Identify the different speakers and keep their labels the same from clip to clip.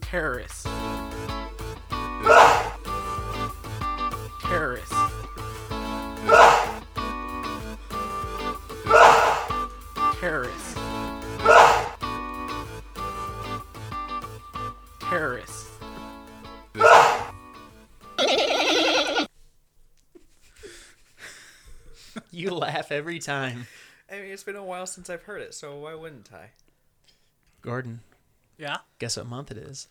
Speaker 1: Terrorists. Terrorists. Terrorists. Terrorists.
Speaker 2: You laugh every time.
Speaker 3: I mean, it's been a while since I've heard it, so why wouldn't I?
Speaker 2: Gordon,
Speaker 1: Yeah,
Speaker 2: guess what month it is?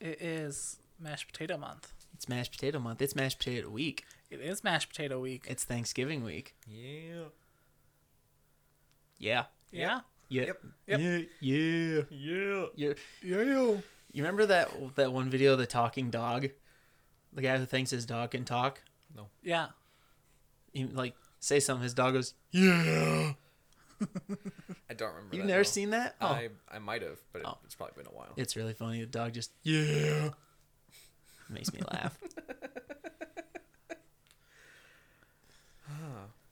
Speaker 1: it is mashed potato month.
Speaker 2: It's mashed potato month. It's mashed potato week.
Speaker 1: It is mashed potato week.
Speaker 2: It's Thanksgiving week.
Speaker 3: Yeah.
Speaker 2: Yeah.
Speaker 1: Yeah.
Speaker 2: Yeah.
Speaker 3: Yep.
Speaker 1: Yep.
Speaker 2: Yeah. Yeah.
Speaker 3: Yeah.
Speaker 2: Yeah. You remember that that one video of the talking dog? The guy who thinks his dog can talk?
Speaker 1: Yeah.
Speaker 2: He like say something, his dog goes,
Speaker 3: I don't remember.
Speaker 2: You've
Speaker 3: that,
Speaker 2: never
Speaker 3: though.
Speaker 2: seen that? Oh.
Speaker 3: I I might have, but it,
Speaker 2: Oh.
Speaker 3: it's probably been a while.
Speaker 2: It's really funny. The dog just yeah makes me laugh.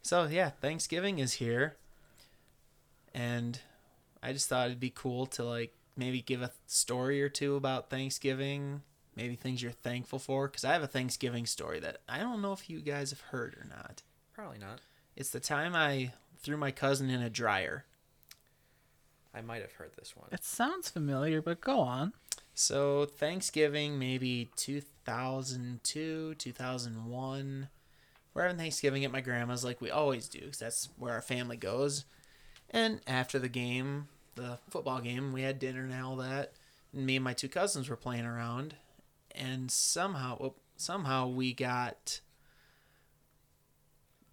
Speaker 2: so yeah, Thanksgiving is here, and I just thought it'd be cool to like maybe give a story or two about Thanksgiving, maybe things you're thankful for. Because I have a Thanksgiving story that I don't know if you guys have heard or not.
Speaker 3: Probably not.
Speaker 2: It's the time I threw my cousin in a dryer.
Speaker 3: I might have heard this one.
Speaker 1: It sounds familiar, but go on.
Speaker 2: So Thanksgiving, maybe 2002, 2001. We're having Thanksgiving at my grandma's, like we always do, 'cause that's where our family goes. And after the game, the football game, we had dinner and all that. And me and my two cousins were playing around, and somehow, whoop, somehow we got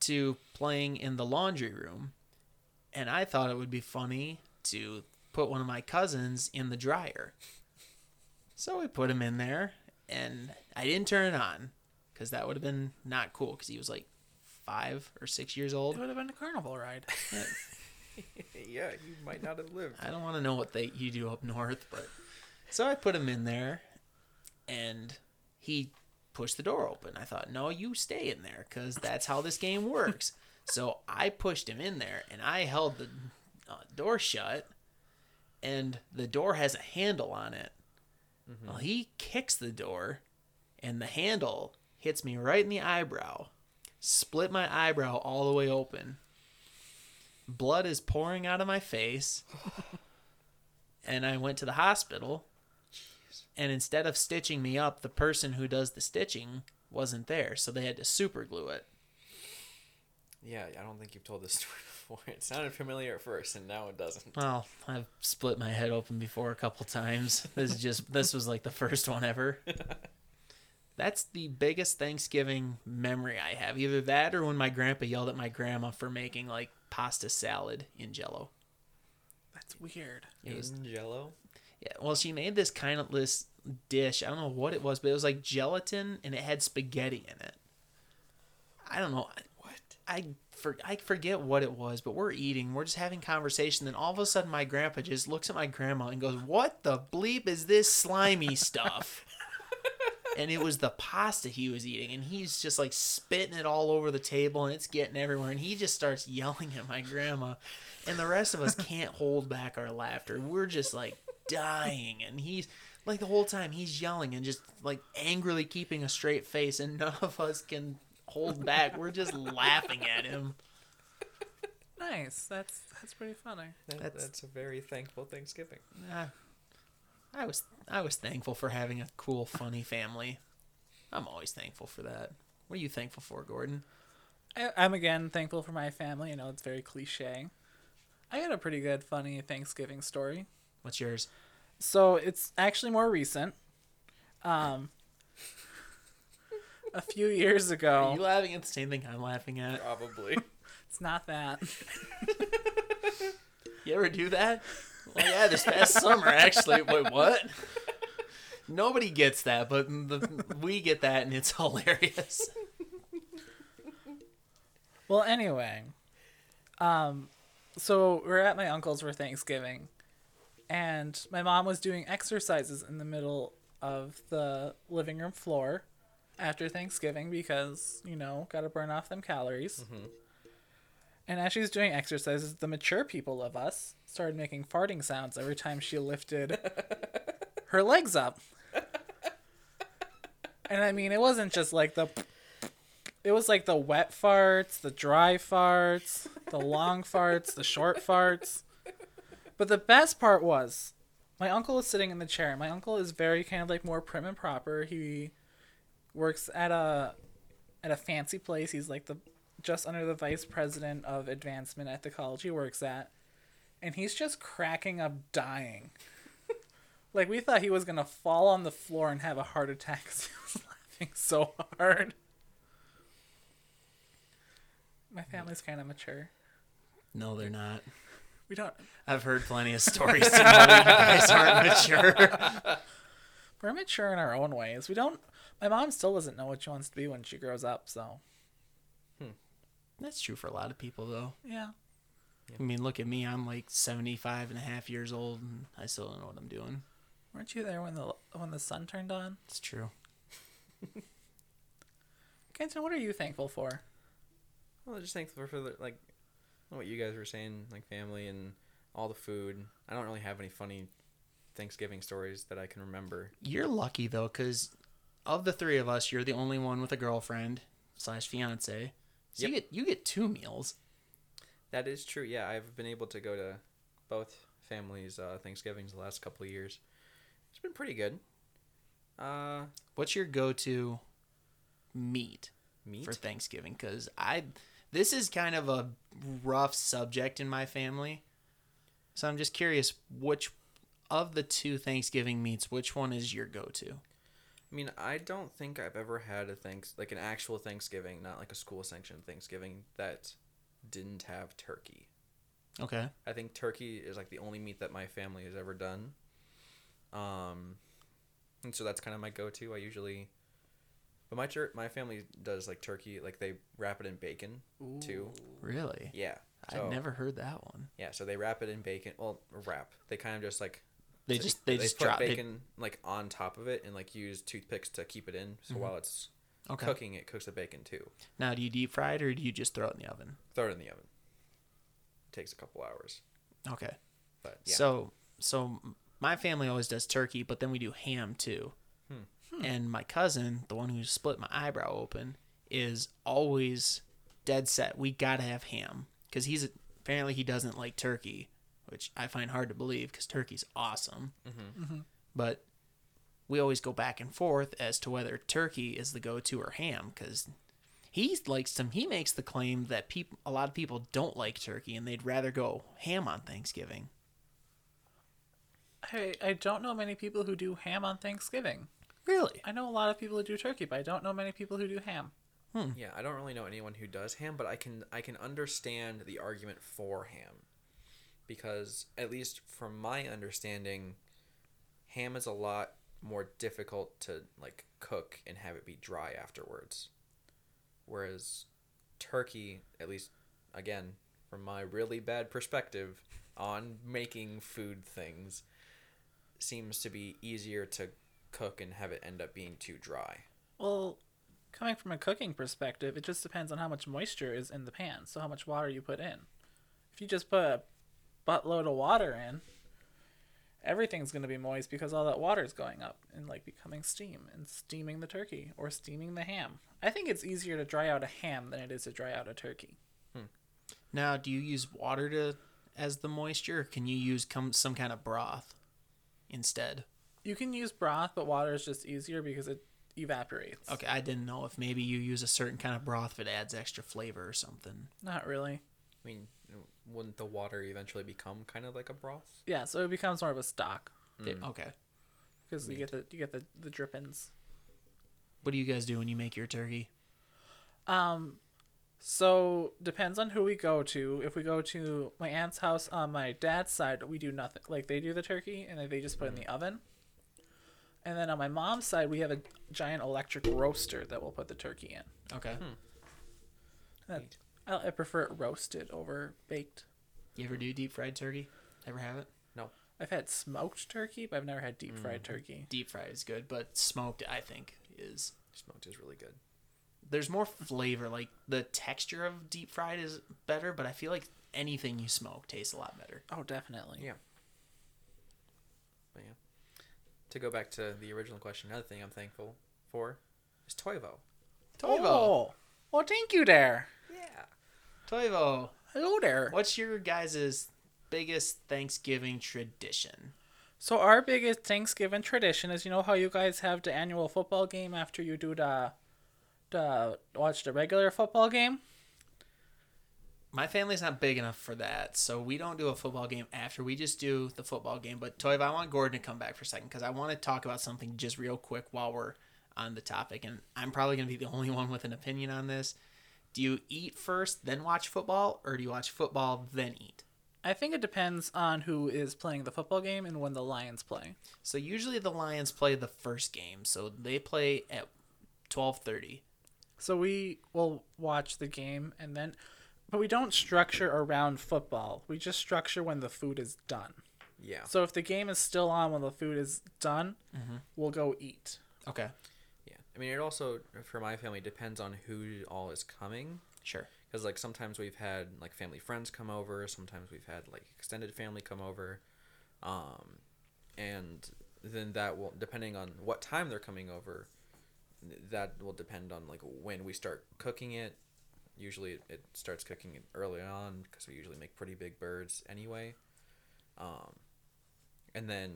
Speaker 2: to playing in the laundry room. And I thought it would be funny to put one of my cousins in the dryer. So we put him in there, and I didn't turn it on because that would have been not cool because he was like five or six years
Speaker 1: It
Speaker 2: old.
Speaker 1: would have been a carnival ride.
Speaker 3: yeah, you might not have lived.
Speaker 2: I don't want to know what they you do up north, but so I put him in there, and he pushed the door open. I thought, no, you stay in there because that's how this game works. so I pushed him in there, and I held the uh, door shut, and the door has a handle on it. Well, he kicks the door, and the handle hits me right in the eyebrow, split my eyebrow all the way open. Blood is pouring out of my face and I went to the hospital. And instead of stitching me up, the person who does the stitching wasn't there, so they had to super glue it.
Speaker 3: Yeah, I don't think you've told this story before. It sounded familiar at first, and now it doesn't.
Speaker 2: Well, I've split my head open before a couple times. This is just this was like the first one ever. That's the biggest Thanksgiving memory I have. Either that or when my grandpa yelled at my grandma for making like pasta salad in jello.
Speaker 1: That's weird.
Speaker 2: It was
Speaker 3: In Jello.
Speaker 2: Yeah, well, she made this kind of this dish. I don't know what it was, but it was like gelatin and it had spaghetti in it. I don't know what I for, I forget what it was, but we're eating, we're just having conversation. Then all of a sudden, my grandpa just looks at my grandma and goes, "What the bleep is this slimy stuff?" and it was the pasta he was eating, and he's just like spitting it all over the table, and it's getting everywhere. And he just starts yelling at my grandma, and the rest of us can't hold back our laughter. We're just like dying, and he's like the whole time he's yelling and just like angrily keeping a straight face, and none of us can hold back. We're just laughing at him.
Speaker 1: Nice. That's that's pretty funny.
Speaker 3: That-
Speaker 2: That's-
Speaker 3: That's, a very thankful Thanksgiving.
Speaker 2: Uh, I was I was thankful for having a cool, funny family. I'm always thankful for that. What are you thankful for, Gordon?
Speaker 1: I, I'm again thankful for my family. I know it's very cliche. I had a pretty good, funny Thanksgiving story.
Speaker 2: What's yours?
Speaker 1: So it's actually more recent. Um, a few years
Speaker 2: Are you
Speaker 1: ago.
Speaker 2: laughing at the same thing I'm laughing at?
Speaker 3: Probably.
Speaker 1: It's not that.
Speaker 2: You ever do that? Well, yeah, this past summer actually. Wait, what? Nobody gets that, but the, we get that, and it's hilarious.
Speaker 1: Well, anyway, um, so we're at my uncle's for Thanksgiving, and my mom was doing exercises in the middle of the living room floor after Thanksgiving because you know gotta burn off them calories. And as she's doing exercises, the mature people of us started making farting sounds every time she lifted her legs up. And I mean, it wasn't just like the. It was like the wet farts, the dry farts, the long farts, the short farts. But the best part was my uncle is sitting in the chair. My uncle is very kind of like more prim and proper. He works at a at a fancy place. He's like the just under the vice president of advancement at the college he works at. And he's just cracking up dying. like we thought he was gonna fall on the floor and have a heart attack 'cause he was laughing so hard. My family's kind of mature.
Speaker 2: No, they're not.
Speaker 1: We don't.
Speaker 2: I've heard plenty of stories. to know that you guys aren't mature.
Speaker 1: We're mature in our own ways. We don't. My mom still doesn't know what she wants to be when she grows up. So
Speaker 2: That's true for a lot of people, though.
Speaker 1: yeah.
Speaker 2: I mean, look at me. I'm like 75 and a half years old, and I still don't know what I'm doing.
Speaker 1: Weren't you there when the when the sun turned on?
Speaker 2: It's true.
Speaker 1: Kenton, what are you thankful for?
Speaker 3: Well, I'm just thankful for the, like what you guys were saying, like family and all the food. I don't really have any funny Thanksgiving stories that I can remember.
Speaker 2: You're lucky though, because of the three of us, you're the only one with a girlfriend slash fiance. So you get you get two meals.
Speaker 3: That is true. Yeah, I've been able to go to both families' uh, Thanksgivings the last couple of years. It's been pretty good. Uh,
Speaker 2: What's your go-to meat,
Speaker 3: meat.
Speaker 2: for Thanksgiving? Because I this is kind of a rough subject in my family, so I'm just curious which of the two Thanksgiving meats, which one is your go-to?
Speaker 3: I mean, I don't think I've ever had a thanks like an actual Thanksgiving, not like a school sanctioned Thanksgiving that didn't have turkey.
Speaker 2: Okay,
Speaker 3: I think turkey is like the only meat that my family has ever done. Um, and so that's kind of my go-to. I usually, but my church, my family does like turkey, like they wrap it in bacon too.
Speaker 2: really?
Speaker 3: Yeah,
Speaker 2: I'd
Speaker 3: so-
Speaker 2: never heard that one.
Speaker 3: Yeah, so they wrap it in bacon. Well, wrap. They kind of just like
Speaker 2: They
Speaker 3: t-
Speaker 2: just they, just
Speaker 3: put
Speaker 2: drop it.
Speaker 3: bacon like on top of it and like use toothpicks to keep it in. So while it's
Speaker 2: Mm-hmm. Okay.
Speaker 3: cooking, it cooks the bacon too.
Speaker 2: Now, do you deep fry it or do you just throw it in the oven?
Speaker 3: Throw it in the oven. takes a couple hours,
Speaker 2: Okay.
Speaker 3: but yeah.
Speaker 2: So so my family always does turkey, but then we do ham too. And my cousin, the one who split my eyebrow open, is always dead set. We gotta have ham because he's apparently he doesn't like turkey, which I find hard to believe because turkey's awesome. But we always go back and forth as to whether turkey is the go-to or ham because he likes some. He makes the claim that peop a lot of people don't like turkey and they'd rather go ham on Thanksgiving.
Speaker 1: I I don't know many people who do ham on Thanksgiving.
Speaker 2: Really?
Speaker 1: I know a lot of people who do turkey, but I don't know many people who do ham.
Speaker 3: Yeah, I don't really know anyone who does ham, but I can I can understand the argument for ham. Because at least from my understanding, ham is a lot more difficult to like cook and have it be dry afterwards. Whereas turkey, at least again, from my really bad perspective on making food things, seems to be easier to cook and have it end up being too dry.
Speaker 1: Well, coming from a cooking perspective, it just depends on how much moisture is in the pan, so how much water you put in. If you just put a buttload of water in, everything's going to be moist because all that water is going up and like becoming steam and steaming the turkey or steaming the ham. I think it's easier to dry out a ham than it is to dry out a turkey.
Speaker 2: Now, do you use water to as the moisture? Or can you use com- some kind of broth instead?
Speaker 1: You can use broth, but water is just easier because it evaporates.
Speaker 2: Okay, I didn't know if maybe you use a certain kind of broth if it adds extra flavor or something.
Speaker 1: Not really.
Speaker 3: I mean, wouldn't the water eventually become kind of like a broth?
Speaker 1: Yeah, so it becomes more of a stock
Speaker 2: Okay.
Speaker 1: because you get the you get the the drippings.
Speaker 2: What do you guys do when you make your turkey?
Speaker 1: So depends on who we go to. If we go to my aunt's house on my dad's side, we do nothing. Like they do the turkey and then they just put it in the oven. And then on my mom's side, we have a giant electric roaster that we'll put the turkey in.
Speaker 2: Okay.
Speaker 1: That- I, I prefer it roasted over baked.
Speaker 2: You ever do deep fried turkey? Ever have it?
Speaker 3: No.
Speaker 1: I've had smoked turkey, but I've never had deep fried turkey.
Speaker 2: Deep fried is good, but smoked I think is
Speaker 3: Smoked is really good.
Speaker 2: There's more flavor. Like the texture of deep fried is better, but I feel like anything you smoke tastes a lot better.
Speaker 1: Oh, definitely.
Speaker 3: Yeah. But yeah. To go back to the original question, another thing I'm thankful for is Toivo.
Speaker 2: Toivo.
Speaker 1: Oh, well, thank you there.
Speaker 3: Yeah.
Speaker 2: Toivo.
Speaker 1: Hello there.
Speaker 2: What's your guys' biggest Thanksgiving tradition?
Speaker 1: So our biggest Thanksgiving tradition is you know how you guys have the annual football game after you do the the watch the regular football game?
Speaker 2: My family's not big enough for that, so we don't do a football game after. We just do the football game. But Toiv, I want Gordon to come back for a second because I want to talk about something just real quick while we're on the topic. And I'm probably going to be the only one with an opinion on this. Do you eat first, then watch football, or do you watch football, then eat?
Speaker 1: I think it depends on who is playing the football game and when the Lions play.
Speaker 2: So usually the Lions play the first game, so they play at twelve thirty.
Speaker 1: So we will watch the game and then but we don't structure around football. We just structure when the food is done.
Speaker 3: Yeah.
Speaker 1: So if the game is still on when the food is done,
Speaker 3: Mm-hmm.
Speaker 1: we'll go eat.
Speaker 2: Okay,
Speaker 3: Yeah. I mean, it also, for my family, depends on who all is coming.
Speaker 2: sure.
Speaker 3: Because, like, sometimes we've had, like, family friends come over. Sometimes we've had, like, extended family come over. Um, and then that will, depending on what time they're coming over, that will depend on, like, when we start cooking it. Usually it, it starts cooking early on because we usually make pretty big birds anyway. Um, and then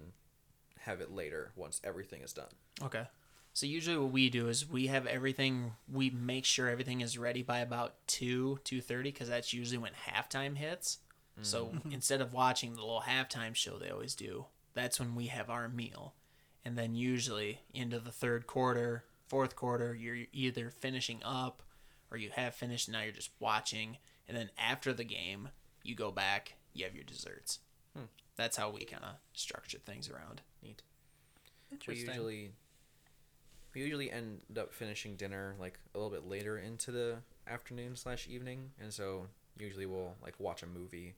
Speaker 3: have it later once everything is done.
Speaker 2: Okay. So usually what we do is we have everything. We make sure everything is ready by about two two thirty because that's usually when halftime hits. So instead of watching the little halftime show they always do, that's when we have our meal, and then usually into the third quarter, fourth quarter, you're either finishing up, or you have finished. And now you're just watching, and then after the game, you go back. You have your desserts. That's how we kind of structure things around.
Speaker 3: Neat. We usually we usually end up finishing dinner like a little bit later into the afternoon slash evening, and so usually we'll like watch a movie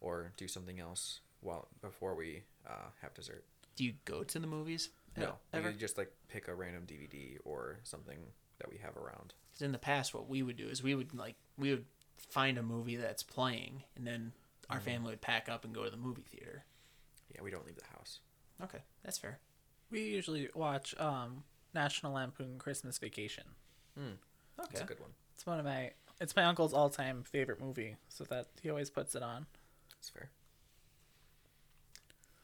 Speaker 3: or do something else while before we uh, have dessert.
Speaker 2: Do you go to the movies? e-
Speaker 3: No,
Speaker 2: ever?
Speaker 3: we just like pick a random DVD or something that we have around.
Speaker 2: 'Cause in the past, what we would do is we would like we would find a movie that's playing, and then our
Speaker 3: Mm.
Speaker 2: family would pack up and go to the movie theater.
Speaker 3: Yeah, we don't leave the house.
Speaker 2: Okay, that's fair.
Speaker 1: We usually watch um, National Lampoon Christmas Vacation.
Speaker 3: It's
Speaker 2: Okay,
Speaker 3: a good one.
Speaker 1: It's one of my it's my uncle's all time favorite movie, so that he always puts it on.
Speaker 3: It's fair.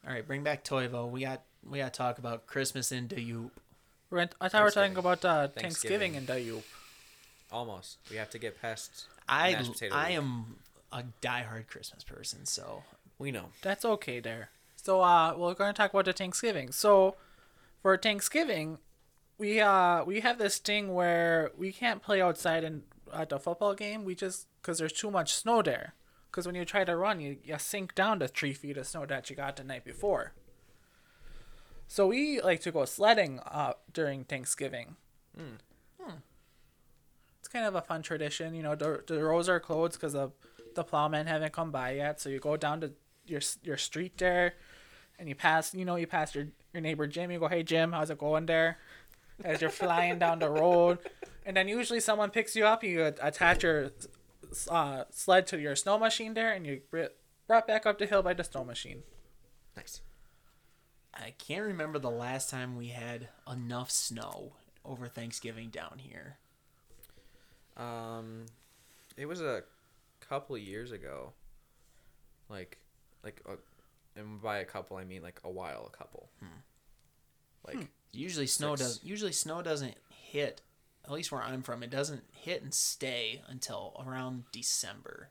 Speaker 2: all right. Bring back Toivo. We got we got to talk about Christmas in Dayup.
Speaker 1: We're in, I thought we were talking
Speaker 3: Thanksgiving.
Speaker 1: about uh,
Speaker 3: Thanksgiving.
Speaker 1: Thanksgiving in Dayup.
Speaker 3: Almost. We have to get past.
Speaker 2: I
Speaker 3: mashed potato
Speaker 2: I
Speaker 3: week.
Speaker 2: am a diehard Christmas person, so
Speaker 3: We know.
Speaker 1: That's okay there. So uh, we're going to talk about the Thanksgiving. So for Thanksgiving, we uh we have this thing where we can't play outside in at the football game. We just because there's too much snow there. Because when you try to run, you, you sink down to three feet of snow that you got the night before. So we like to go sledding uh, during Thanksgiving. It's kind of a fun tradition, you know. The, the roads are closed because the the plowmen haven't come by yet. So you go down to your s- your street there, and you pass, you know, you pass your your neighbor Jim. You go, hey Jim, how's it going there? As you're flying down the road, and then usually someone picks you up. You a- attach your s- uh, sled to your snow machine there, and you br- brought back up the hill by the snow machine.
Speaker 3: Nice.
Speaker 2: I can't remember the last time we had enough snow over Thanksgiving down here.
Speaker 3: Um, it was a couple of years ago. Like, like, uh, and by a couple I mean like a while, a couple. Like,
Speaker 2: Usually snow
Speaker 3: Six.
Speaker 2: does usually snow doesn't hit at least where I'm from, it doesn't hit and stay until around December.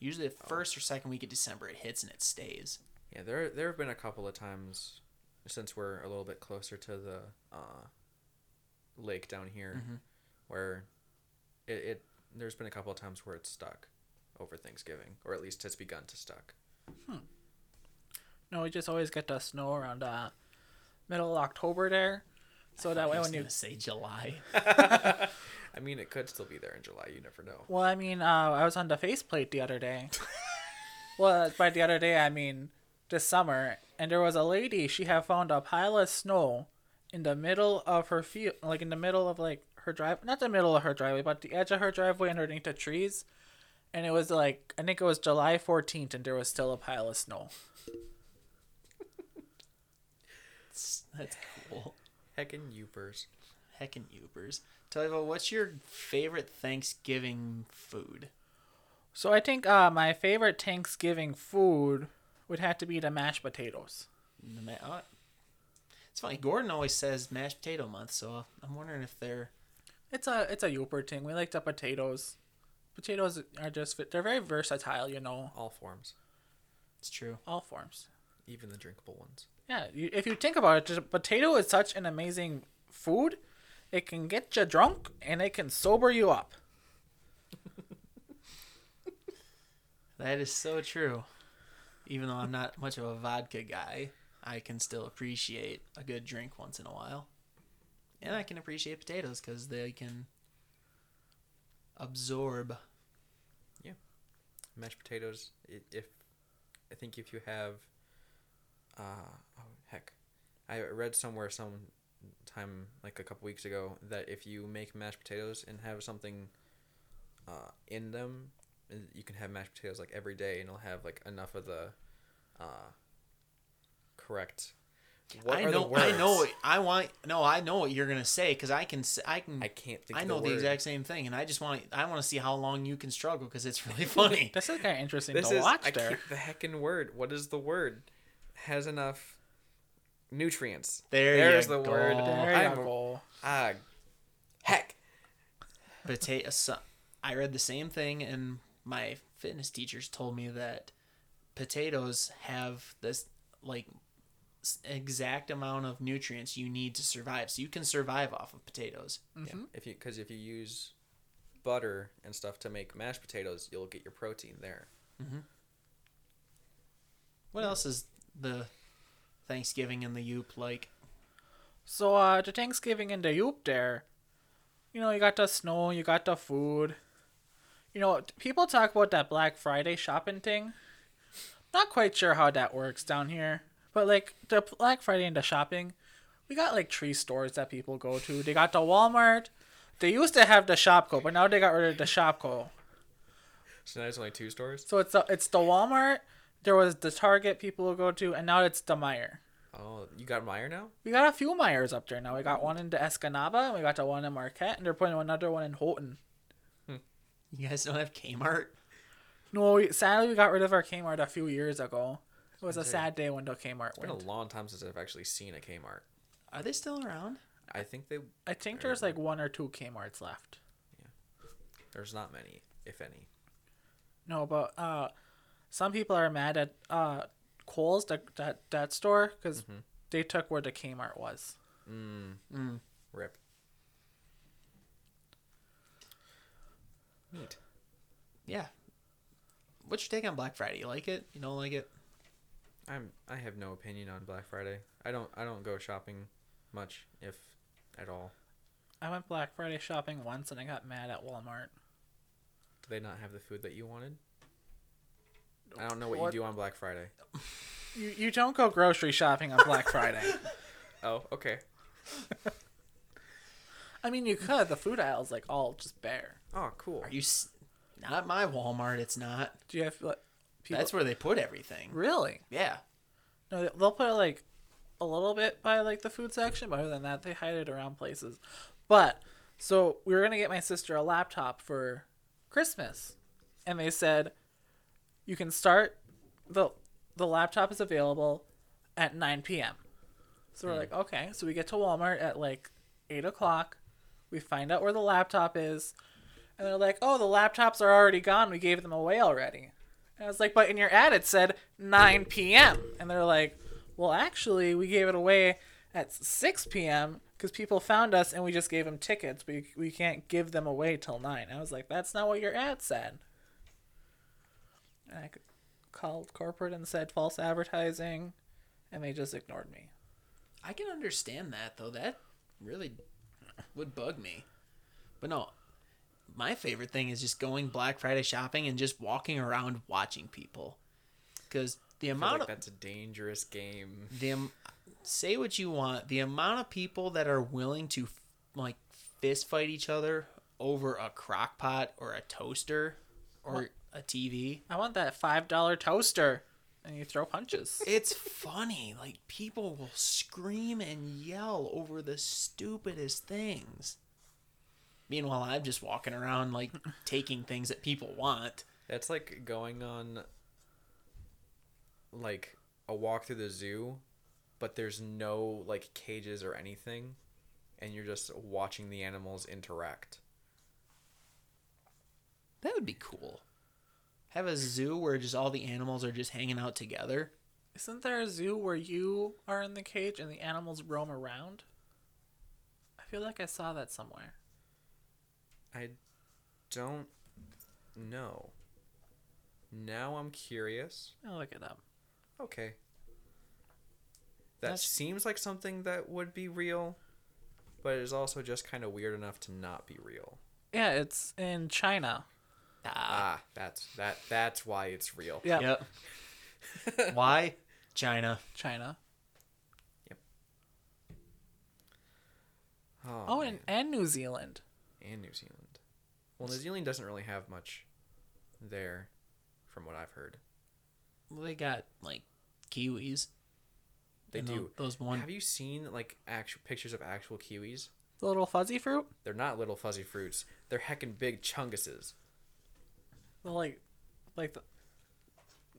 Speaker 2: Usually the first or second week of December it hits and it stays.
Speaker 3: yeah, there there have been a couple of times since we're a little bit closer to the uh, lake down here, where it, it there's been a couple of times where it's stuck over Thanksgiving, or at least it's begun to stuck.
Speaker 1: No, we just always get the snow around uh, middle of October there, so that way
Speaker 2: Oh, I was
Speaker 1: when you
Speaker 2: gonna say July.
Speaker 3: I mean, it could still be there in July. You never know.
Speaker 1: Well, I mean, uh, I was on the faceplate the other day. well, by the other day, I mean this summer, and there was a lady. She had found a pile of snow in the middle of her field, like in the middle of like her drive, not the middle of her driveway, but the edge of her driveway underneath the trees. And it was like, I think it was July 14th, and there was still a pile of snow.
Speaker 2: That's, that's cool.
Speaker 3: Heckin' youpers.
Speaker 2: Heckin' Ubers. Toivo, what's your favorite Thanksgiving food?
Speaker 1: So I think uh, my favorite Thanksgiving food would have to be the mashed potatoes.
Speaker 2: The ma- oh, It's funny. Gordon always says mashed potato month, so I'm wondering if they're
Speaker 1: It's a it's a Yoper thing. We like the potatoes. Potatoes are just they're very versatile, you know,
Speaker 3: All forms.
Speaker 2: it's true.
Speaker 1: all forms.
Speaker 3: Even the drinkable ones.
Speaker 1: Yeah, you, if you think about it, the potato is such an amazing food. It can get you drunk and it can sober you up.
Speaker 2: That is so true. Even though I'm not much of a vodka guy, I can still appreciate a good drink once in a while. And I can appreciate potatoes because they can absorb.
Speaker 3: Mashed potatoes. i- If I think if you have, uh, oh heck, I read somewhere some time like a couple weeks ago that if you make mashed potatoes and have something, uh, in them, uh, you can have mashed potatoes like every day and it'll have like enough of the, uh, correct. What
Speaker 2: I
Speaker 3: are the
Speaker 2: know. I know.
Speaker 3: words?
Speaker 2: What, I want. No, I know what you're gonna say because I can. s- I can.
Speaker 3: I
Speaker 2: I,
Speaker 3: can't think. of
Speaker 2: know the,
Speaker 3: word.
Speaker 2: exact same thing, and I just want. I want to see how long you can struggle because it's really funny.
Speaker 1: This is kind of interesting
Speaker 3: This
Speaker 1: to
Speaker 3: is
Speaker 1: watch
Speaker 3: I
Speaker 1: there.
Speaker 3: keep the heckin' word. What is the word? Has enough nutrients.
Speaker 2: There
Speaker 3: There's
Speaker 2: you
Speaker 3: the word.
Speaker 2: go.
Speaker 1: There
Speaker 3: I'm
Speaker 1: you go.
Speaker 3: ah heck.
Speaker 2: potato. So, I read the same thing, and my fitness teachers told me that potatoes have this like s- exact amount of nutrients you need to survive. So you can survive off of potatoes.
Speaker 3: Yeah. If you because if you use butter and stuff to make mashed potatoes, you'll get your protein there.
Speaker 2: What else is the Thanksgiving and the Yoop like?
Speaker 1: So uh, the Thanksgiving in the Yoop there, you know, you got the snow, you got the food. You know, t- people talk about that Black Friday shopping thing. Not quite sure how that works down here, but like the Black Friday and the shopping, we got like three stores that people go to. They got the Walmart. They used to have the Shopko, but now they got rid of the Shopko.
Speaker 3: So now there's only two stores.
Speaker 1: So it's the, it's the Walmart. There was the Target people will go to, and now it's the Meyer.
Speaker 3: Oh, you got Meyer now?
Speaker 1: We got a few Myers up there now. We got one in Escanaba, and we got the one in Marquette, and they're putting another one in Holton.
Speaker 2: You guys don't have Kmart.
Speaker 1: No, we- sadly, we got rid of our Kmart a few years ago. It was a
Speaker 3: Okay.
Speaker 1: sad day when the Kmart
Speaker 3: It's been a
Speaker 1: went.
Speaker 3: long time since I've actually seen a Kmart.
Speaker 2: Are they still around?
Speaker 3: I think they
Speaker 1: I think there's like one or two Kmart's left.
Speaker 3: there's not many, if any.
Speaker 1: No, but uh, some people are mad at uh, Kohl's, that that, that store, because they took where the Kmart was.
Speaker 3: Rip. Neat.
Speaker 2: Yeah. What's your take on Black Friday? You like it? You don't like it?
Speaker 3: I'm I have no opinion on Black Friday. I don't I don't go shopping much if at all.
Speaker 1: I went Black Friday shopping once, and I got mad at Walmart.
Speaker 3: Do they not have the food that you wanted? I don't know what,
Speaker 1: What?
Speaker 3: you do on Black Friday.
Speaker 1: You you don't go grocery shopping on Black Friday.
Speaker 3: Oh, okay.
Speaker 1: I mean, you could. The food aisle's like all just bare.
Speaker 3: Oh, cool.
Speaker 2: Are you s- not my Walmart? It's not.
Speaker 1: Do you have like people?
Speaker 2: That's where they put everything.
Speaker 1: really
Speaker 2: Yeah.
Speaker 1: no. They'll put like a little bit by like the food section, but other than that, they hide it around places. But so we were gonna get my sister a laptop for Christmas, and they said you can start the the laptop is available at 9 p.m. So we're like, okay. So we get to Walmart at like eight o'clock. We find out where the laptop is, and they're like, oh, the laptops are already gone. We gave them away already. And I was like, but in your ad it said 9 p.m. And they're like, well, actually, we gave it away at 6 p.m. because people found us and we just gave them tickets. We we can't give them away till nine. I was like, that's not what your ad said. And I c- called corporate and said false advertising, and they just ignored me.
Speaker 2: I can understand that though. That really would bug me. But no, my favorite thing is just going Black Friday shopping and just walking around watching people. Because the
Speaker 3: I feel
Speaker 2: amount
Speaker 3: like
Speaker 2: of
Speaker 3: that's a dangerous game.
Speaker 2: the am- say what you want, the amount of people that are willing to like fist fight each other over a crock pot or a toaster or a TV.
Speaker 1: I want that five dollar toaster, and you throw punches.
Speaker 2: It's funny. Like people will scream and yell over the stupidest things. Meanwhile, I'm just walking around like taking things that people want.
Speaker 3: That's like going on like a walk through the zoo, but there's no like cages or anything, and you're just watching the animals interact.
Speaker 2: That would be cool. Have a zoo where just all the animals are just hanging out together.
Speaker 1: Isn't there a zoo where you are in the cage and the animals roam around? I feel like I saw that somewhere.
Speaker 3: I don't know. Now I'm curious.
Speaker 1: I'll Oh, look it up.
Speaker 3: Okay. That
Speaker 2: That's-
Speaker 3: seems like something that would be real, but it is also just kind of weird enough to not be real.
Speaker 1: Yeah, it's in China.
Speaker 2: Ah.
Speaker 3: Ah, that's that that's why it's real.
Speaker 1: Yeah,
Speaker 2: Yep. Why? China.
Speaker 1: China.
Speaker 3: Oh,
Speaker 1: Oh,
Speaker 3: man.
Speaker 1: and, and New Zealand.
Speaker 3: and New Zealand. Well, New Zealand doesn't really have much there, from what I've heard.
Speaker 2: Well, they got like kiwis.
Speaker 3: They
Speaker 2: and tho-
Speaker 3: do.
Speaker 2: Those one.
Speaker 3: Have you seen like actual pictures of actual kiwis?
Speaker 1: The little fuzzy fruit?
Speaker 3: They're not little fuzzy fruits. They're heckin' big chunguses,
Speaker 1: The like like the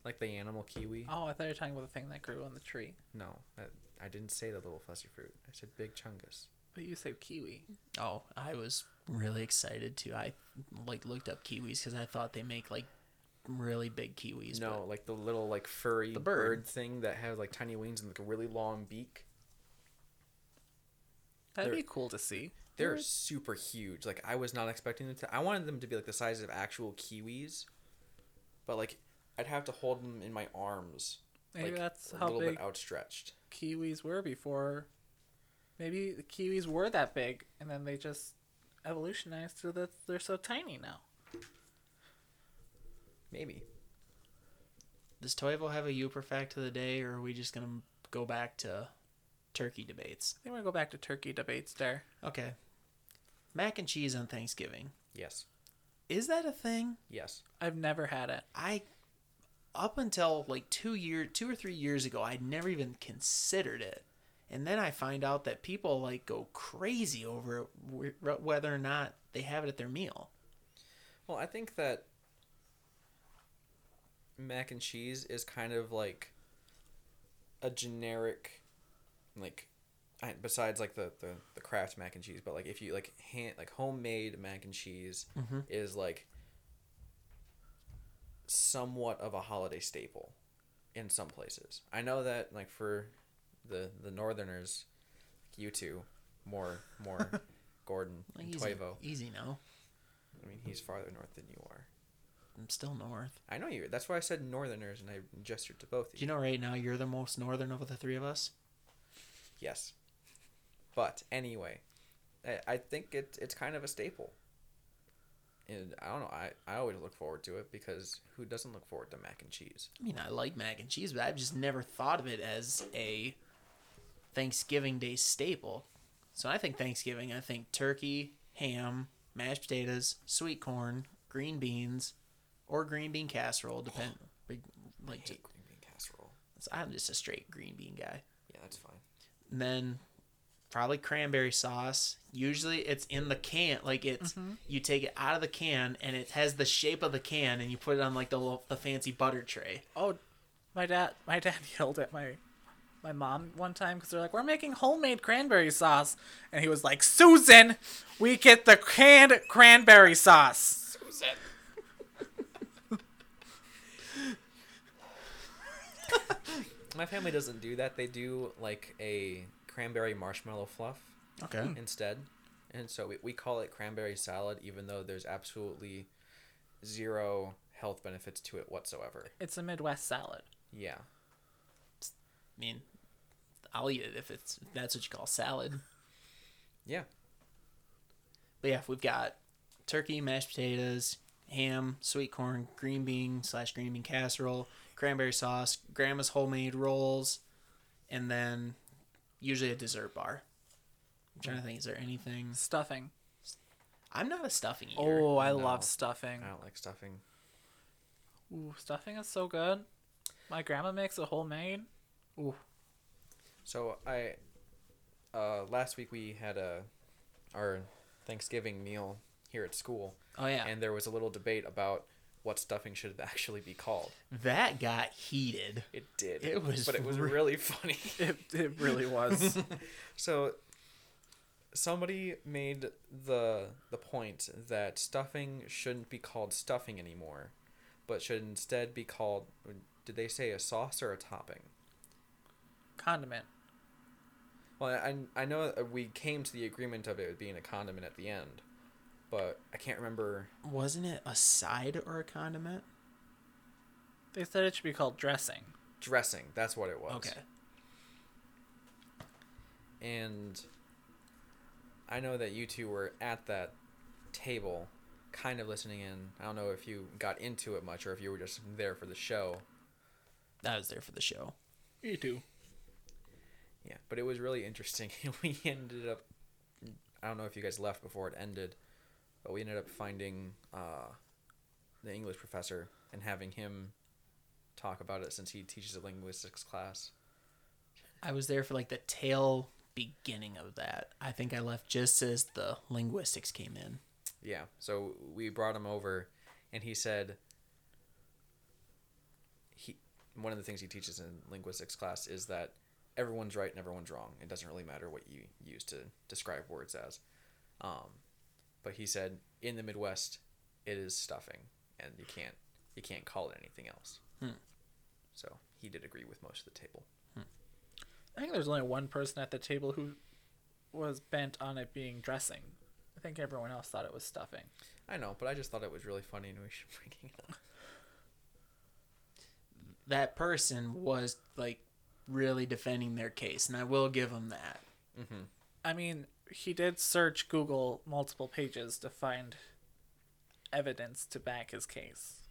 Speaker 3: like the animal kiwi.
Speaker 1: Oh, I thought you were talking about the thing that grew on the tree.
Speaker 3: No, that, I didn't say the little fuzzy fruit. I said big chungus.
Speaker 1: But you said kiwi.
Speaker 2: Oh, I was really excited too. I like looked up kiwis because I thought they make like really big kiwis.
Speaker 3: no, like the little like furry
Speaker 2: The bird.
Speaker 3: bird. thing that has like tiny wings and like a really long beak.
Speaker 1: That'd
Speaker 3: They're-
Speaker 1: be cool to see.
Speaker 3: They're super huge. Like I was not expecting them to. I wanted them to be like the size of actual kiwis, but like I'd have to hold them in my arms.
Speaker 1: Maybe
Speaker 3: like,
Speaker 1: that's
Speaker 3: a
Speaker 1: how
Speaker 3: little
Speaker 1: big
Speaker 3: bit outstretched.
Speaker 1: kiwis were before. Maybe the kiwis were that big, and then they just evolutionized so that they're so tiny now.
Speaker 3: Maybe.
Speaker 2: Does Toivo have a you perfect of the day, or are we just gonna go back to turkey debates?
Speaker 1: I think we're gonna go back to turkey debates there.
Speaker 2: Okay. Mac and cheese on Thanksgiving.
Speaker 3: Yes.
Speaker 2: Is that a thing?
Speaker 3: Yes.
Speaker 1: I've never had it.
Speaker 2: I up until like two year two or three years ago I'd never even considered it. And then I find out that people like go crazy over it, wh- whether or not they have it at their meal.
Speaker 3: Well, I think that mac and cheese is kind of like a generic, like, I- besides like the, the, the craft mac and cheese, but like if you like hand like homemade mac and cheese is like somewhat of a holiday staple in some places. I know that like for the the northerners, you two, more more Gordon
Speaker 2: Like,
Speaker 3: and
Speaker 2: easy,
Speaker 3: Toivo.
Speaker 2: easy now.
Speaker 3: I mean, he's farther north than you are.
Speaker 2: I'm still north.
Speaker 3: I know you. That's why I said Northerners, and I gestured to both of
Speaker 2: Do
Speaker 3: you.
Speaker 2: you know right now you're the most northern of the three of us?
Speaker 3: Yes. But anyway, I, I think it, it's kind of a staple. And I don't know. I, I always look forward to it because who doesn't look forward to mac and cheese?
Speaker 2: I mean, I like mac and cheese, but I've just never thought of it as a Thanksgiving Day staple. So I think Thanksgiving, I think turkey, ham, mashed potatoes, sweet corn, green beans, or green bean casserole, depend. re- Like,
Speaker 3: hate green bean casserole.
Speaker 2: just- I'm just a straight green bean guy.
Speaker 3: Yeah, that's fine.
Speaker 2: And then probably cranberry sauce. Usually it's in the can, like it's you take it out of the can and it has the shape of the can, and you put it on like the little, the fancy butter tray.
Speaker 1: Oh, my dad, my dad yelled at my my mom one time because they're like, "We're making homemade cranberry sauce," and he was like, "Susan, we get the canned cranberry sauce."
Speaker 3: My family doesn't do that. They do like a cranberry marshmallow fluff.
Speaker 2: Okay.
Speaker 3: instead. And so we, we call it cranberry salad, even though there's absolutely zero health benefits to it whatsoever.
Speaker 1: It's a Midwest salad.
Speaker 3: Yeah.
Speaker 2: I mean, I'll eat it if it's if that's what you call salad.
Speaker 3: Yeah.
Speaker 2: But yeah, we've got turkey, mashed potatoes, ham, sweet corn, green bean slash green bean casserole, cranberry sauce, grandma's homemade rolls, and then usually a dessert bar. I'm trying to think, is there anything?
Speaker 1: Stuffing.
Speaker 2: I'm not a stuffing eater.
Speaker 1: Oh, I
Speaker 3: No.
Speaker 1: love stuffing.
Speaker 3: I don't like stuffing.
Speaker 1: Ooh, stuffing is so good. My grandma makes a homemade. Ooh,
Speaker 3: So I, uh, last week we had a, our Thanksgiving meal here at school,
Speaker 2: Oh yeah,
Speaker 3: and there was a little debate about what stuffing should actually be called.
Speaker 2: that got heated.
Speaker 3: It did.
Speaker 2: It was
Speaker 3: but it was
Speaker 2: re-
Speaker 3: really funny.
Speaker 1: it it really was.
Speaker 3: So somebody made the the point that stuffing shouldn't be called stuffing anymore, but should instead be called did they say a sauce or a topping?
Speaker 1: Condiment.
Speaker 3: Well, I I know that we came to the agreement of it being a condiment at the end, but I can't remember.
Speaker 2: Wasn't it a side or a condiment?
Speaker 1: They said it should be called dressing.
Speaker 3: Dressing, that's what it was.
Speaker 2: Okay.
Speaker 3: And I know that you two were at that table kind of listening in. I don't know if you got into it much or if you were just there for the show.
Speaker 2: I was there for the show.
Speaker 1: You do.
Speaker 3: Yeah, but it was really interesting. we ended up, I don't know if you guys left before it ended, but we ended up finding uh, the English professor and having him talk about it since he teaches a linguistics class.
Speaker 2: I was there for like the tail beginning of that. I think I left just as the linguistics came in.
Speaker 3: Yeah, so we brought him over, and he said he one of the things he teaches in linguistics class is that everyone's right and everyone's wrong. It doesn't really matter what you use to describe words as. Um, but he said in the Midwest, it is stuffing, and you can't you can't call it anything else.
Speaker 2: Hmm.
Speaker 3: So he did agree with most of the table.
Speaker 1: I think there's only one person at the table who was bent on it being dressing. I think everyone else thought it was stuffing.
Speaker 3: I know, but I just thought it was really funny, and we should bring it up.
Speaker 2: That person was like really defending their case, and I will give them that.
Speaker 1: I mean, he did search Google multiple pages to find evidence to back his case.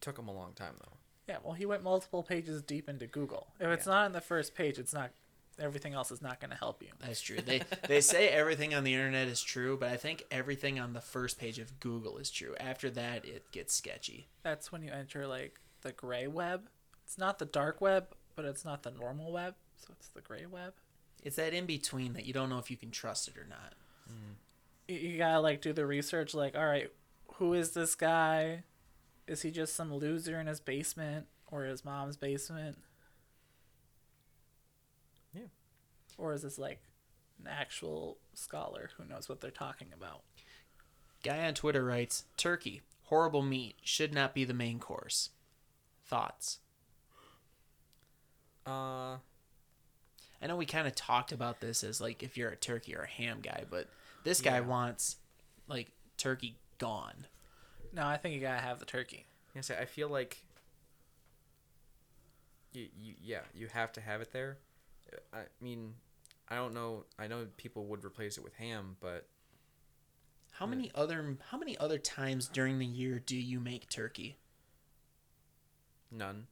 Speaker 3: Took him a long time though.
Speaker 1: Yeah, well, he went multiple pages deep into Google. If it's
Speaker 3: Yeah.
Speaker 1: not on the first page, it's not. Everything else is not going to help you.
Speaker 2: That's true. They they say everything on the internet is true, but I think everything on the first page of Google is true. After that, it gets sketchy.
Speaker 1: That's when you enter like the gray web. It's not the dark web, but it's not the normal web, so it's the gray web.
Speaker 2: It's that in between that you don't know if you can trust it or not.
Speaker 1: you, you gotta like do the research like all right who is this guy is he just some loser in his basement or his mom's basement
Speaker 3: Yeah.
Speaker 1: or is this like an actual scholar who knows what they're talking about
Speaker 2: Guy on Twitter writes, "Turkey, horrible meat, should not be the main course." Thoughts?
Speaker 3: Uh,
Speaker 2: I know we kind of talked about this as like if you're a turkey or a ham guy, but this guy
Speaker 3: Yeah.
Speaker 2: wants like turkey gone.
Speaker 1: no i think you gotta have the turkey
Speaker 3: Yeah, so I feel like you, you yeah, you have to have it there. I mean, I don't know. I know people would replace it with ham, but
Speaker 2: How many other how many other times during the year do you make turkey?
Speaker 3: none.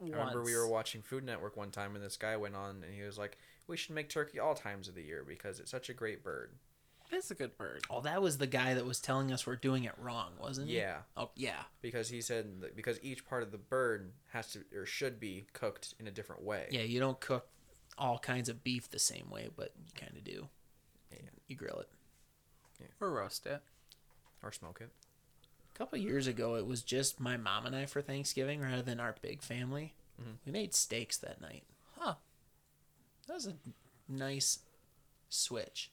Speaker 1: once.
Speaker 3: I remember we were watching Food Network one time and this guy went on and he was like, "We should make turkey all times of the year because it's such a great bird."
Speaker 1: it's a good bird
Speaker 2: Oh, that was the guy that was telling us we're doing it wrong, wasn't he?
Speaker 3: Yeah,
Speaker 2: Oh, yeah.
Speaker 3: because he said that because each part of the bird has to or should be cooked in a different way.
Speaker 2: Yeah, you don't cook all kinds of beef the same way, but you kind of do.
Speaker 3: Yeah.
Speaker 2: You grill it.
Speaker 1: or roast it
Speaker 3: Or smoke it.
Speaker 2: A couple of years ago, it was just my mom and I for Thanksgiving rather than our big family. We made steaks that night.
Speaker 1: huh
Speaker 2: That was a nice switch.